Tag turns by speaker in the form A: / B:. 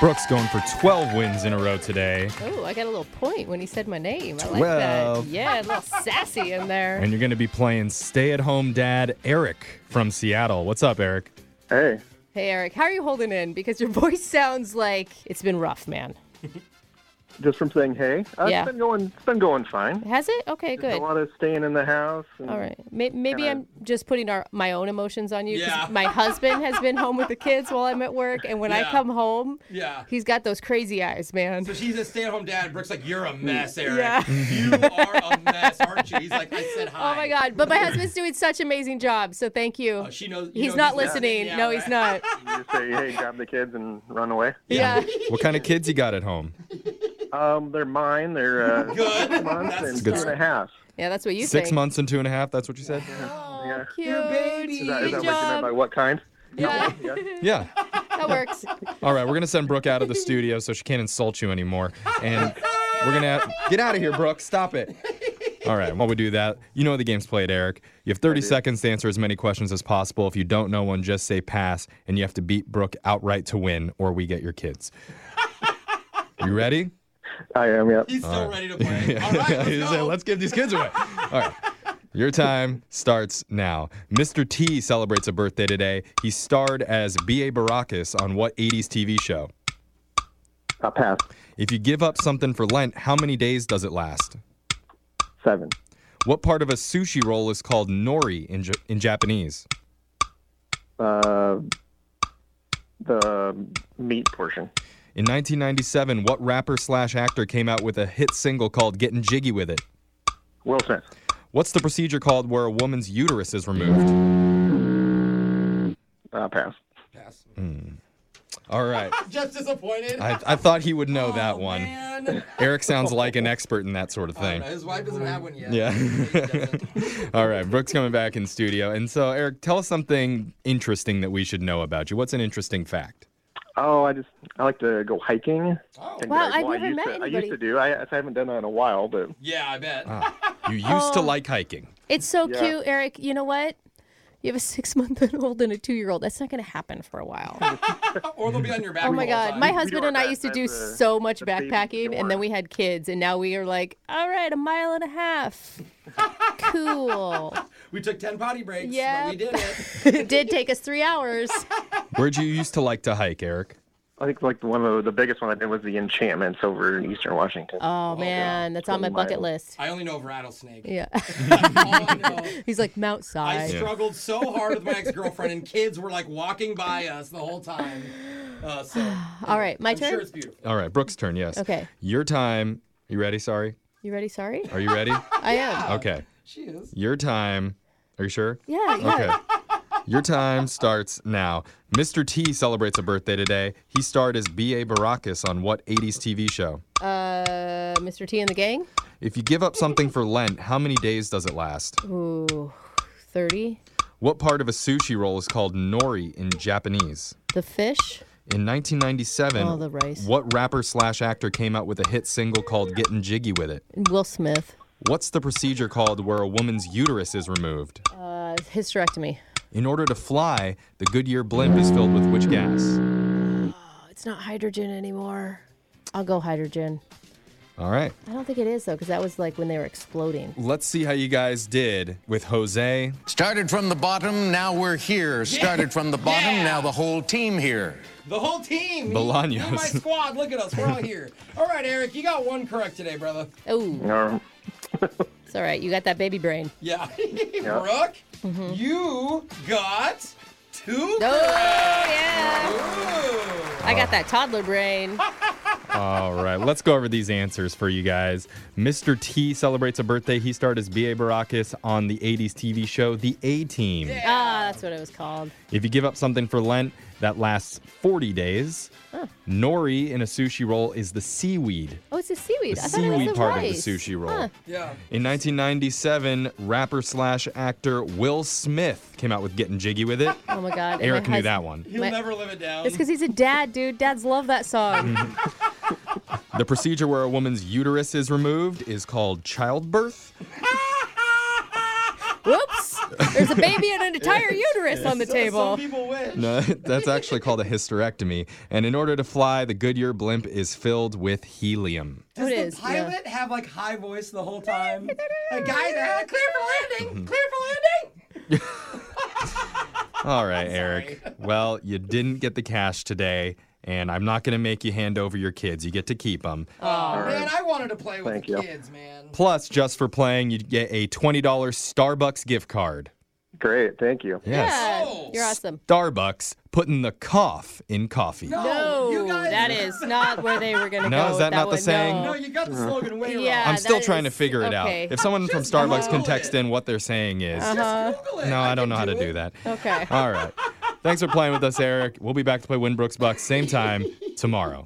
A: Brooks going for 12 wins in a row today.
B: Oh, I got a little point when he said my name. I like
A: Twelve.
B: that. Yeah, a little sassy in there.
A: And you're going to be playing stay at home dad Eric from Seattle. What's up, Eric?
C: Hey,
B: Hey, Eric, how are you holding in? Because your voice sounds like it's been rough, man.
C: just from saying hey, uh,
B: Yeah.
C: it's been going, it's been going fine.
B: Has it? Okay,
C: A
B: good.
C: lot of staying in the house. and-
B: All right. May- Maybe
C: Kinda-
B: I'm just putting our, my own emotions on you. 'cause
D: Yeah.
B: My husband has been home with the kids while I'm at work, and when I
D: Yeah.
B: come home,
D: Yeah.
B: he's got those crazy eyes, man.
D: So she's a stay-at-home dad. Brooke's like, "You're
A: Hmm.
D: a mess, Eric.
B: Yeah.
D: You are a mess, aren't you?" He's like, "I said hi."
B: Oh my God! But my husband's doing such an amazing job, so thank you.
D: Oh, she knows. you
B: he's
D: know
B: not listening.
D: Yeah,
B: no,
D: right.
B: he's not.
C: You just say hey, grab the kids and run away.
B: Yeah.
A: What kind of kids you got at home?
C: Um, they're mine. They're uh,
D: Good.
C: six months
D: That's
C: and
D: good.
C: two and a half.
B: Yeah, that's what you
A: Six
B: think.
A: months and two and a half. That's what you said?
B: Oh,
C: Yeah.
B: cute.
D: Your baby.
C: Is that, is
B: Good
C: that what you meant by
B: job.
C: what kind?
B: Yeah,
A: Yeah.
B: that works.
A: All right, we're going to send Brooke out of the studio so she can't insult you anymore. And we're going to get out of here, Brooke. Stop it. All right, while we do that, you know the game's played, Eric. You have 30 seconds to answer as many questions as possible. If you don't know one, just say pass, and you have to beat Brooke outright to win, or we get your kids. You ready?
C: I am. Yeah.
D: He's so ready to play. All right,
A: He
D: let's
A: said,
D: go.
A: let's give these kids away. All right. Your time starts now. Mr. T celebrates a birthday today. He starred as B.A. Baracus on what 80s TV show?
C: I pass.
A: If you give up something for Lent, how many days does it last?
C: Seven.
A: What part of a sushi roll is called nori in, J- in Japanese?
C: Uh, the meat portion.
A: In 1997, what rapper slash actor came out with a hit single called Gettin' Jiggy With It?
C: Will Smith.
A: What's the procedure called where a woman's uterus is removed?
C: Uh, pass.
D: Pass.
A: All right.
D: Just disappointed.
A: I, I thought he would know that
D: Oh,
A: one.
D: man.
A: Eric sounds like an expert in that sort of thing.
D: No, His wife doesn't have one yet.
A: Yeah.
D: He doesn't.
A: All right, Brooke's coming back in studio. And so, Eric, tell us something interesting that we should know about you. What's an interesting fact?
C: Oh, I just I like to go hiking.
D: Oh.
C: And,
B: Wow,
C: I,
B: I've
C: well, I
B: never
C: used
B: met
C: to, I
B: anybody-
C: used to do. I, I haven't done that in a while, but
D: Yeah, I bet.
A: You used to like hiking.
B: It's so
C: Yeah.
B: cute, Eric. You know what? You have a six-month-old and a two-year-old. That's not going to happen for a while.
D: Or they'll be on your back.
B: Oh
D: the
B: my
D: whole
B: God!
D: time.
B: My husband
C: are
B: and I
C: back-
B: used to do
C: that's a-
B: so much
C: that's a baby
B: backpacking, and
C: door.
B: then we had kids, and now we are like, all right, a mile and a half. Cool.
D: we took ten potty breaks. but
B: Yeah.
D: we did it.
B: it did take us three hours. Oh,
C: Oh,
A: Where'd you used to like to hike, Eric?
C: I think like one of the, the biggest one I did was the Enchantments over in Eastern Washington.
B: Oh man, that's on my bucket list.
D: I only know of rattlesnake.
B: Yeah.
D: That's all I know.
B: He's like Mount
D: I
B: Side.
D: struggled so hard with my ex-girlfriend, and kids were like walking by us the whole time. Uh, so,
B: All right, my
D: I'm
B: turn.
D: sure it's beautiful.
A: All right, Brooke's turn, yes.
B: Okay.
A: Your time. You ready? Sorry.
B: You ready? Sorry.
A: Are you ready?
B: I am.
A: Okay.
D: She is.
A: Your time. Are you sure?
B: Yeah. Yeah.
A: Okay. Your time starts now. Mr. T celebrates a birthday today. He starred as B.A. Baracus on what 80s TV show?
B: Uh, Mr. T and the gang.
A: If you give up something for Lent, how many days does it last?
B: Ooh, thirty.
A: What part of a sushi roll is called nori in Japanese?
B: The fish.
A: In 1997,
B: Oh, the rice.
A: what rapper slash actor came out with a hit single called Gettin' Jiggy With It?
B: and Will Smith.
A: What's the procedure called where a woman's uterus is removed?
B: Uh, hysterectomy.
A: In order to fly, the Goodyear blimp is filled with which gas?
B: Oh, it's not hydrogen anymore. I'll go hydrogen.
A: All right.
B: I don't think it is though, because that was like when they were exploding.
A: Let's see how you guys did with Jose.
E: Started from the bottom, now we're here. Started from the bottom,
D: Yeah.
E: now the whole team here.
D: The whole team. Me,
A: Bolaños.
D: me and my squad. Look at us. We're all here. All right, Eric, you got one correct today, brother.
B: Oh,
C: Um,
B: it's all right. You got that baby brain.
D: Yeah. Brooke,
B: Mm-hmm.
D: you got
B: Oh
D: two correct.
B: yeah.
D: Ooh.
B: I got that toddler brain. Ah,
A: All right, let's go over these answers for you guys. Mr. T celebrates a birthday. He starred as B.A. Baracus on the 80s TV show The A Team.
B: Ah, that's what it was called.
A: If you give up something for Lent, that lasts 40 days. Nori in a sushi roll is the seaweed,
B: Oh, it's a seaweed.
A: the
B: I thought it was
A: seaweed
B: the
A: part
B: rice.
A: of the sushi roll.
B: Huh.
D: Yeah.
A: In 1997, rapper slash actor Will Smith came out with Getting Jiggy with It.
B: Oh my God. and my
A: Eric knew that one.
B: husband-
D: He'll
B: My-
D: never live it down.
B: It's because he's a dad, dude. Dads love that song.
A: The procedure where a woman's uterus is removed is called childbirth.
B: Whoops! There's a baby and an entire uterus on the table.
D: Some people wish.
A: No, that's actually called a hysterectomy. And in order to fly, the Goodyear blimp is filled with helium.
D: Does
B: It
D: the
B: is, yeah.
D: pilot have like high voice the whole time? a guy that clear for landing, clear for landing.
A: All right, Eric. Well, you didn't get the cash today, and I'm not going to make you hand over your kids. You get to keep them.
D: Oh man, I wanted to play with
C: Thank
D: the
C: you.
D: kids, man.
A: Plus, just for playing, you'd get a $20 Starbucks gift card.
C: Great, thank you.
A: Yes.
B: Yeah, you're awesome.
A: Starbucks putting the cough in coffee.
B: No,
D: you guys,
B: that is not where they were gonna
A: No,
B: go.
A: is
B: with
A: that not the
B: one.
A: saying?
D: No,
B: No.
D: you got the slogan way
B: Yeah.
A: I'm still
B: that
A: trying to
B: is-
A: figure it
B: okay.
A: out. If someone from Starbucks can
D: Google
A: text
D: it.
A: in what they're saying is.
D: wrong.
B: uh-huh.
D: Just Google it.
A: No, I don't know how
D: can
A: to do that.
B: Okay.
A: All right. Thanks for playing with us, Eric. We'll be back to play Winbrook's Bucks same time tomorrow.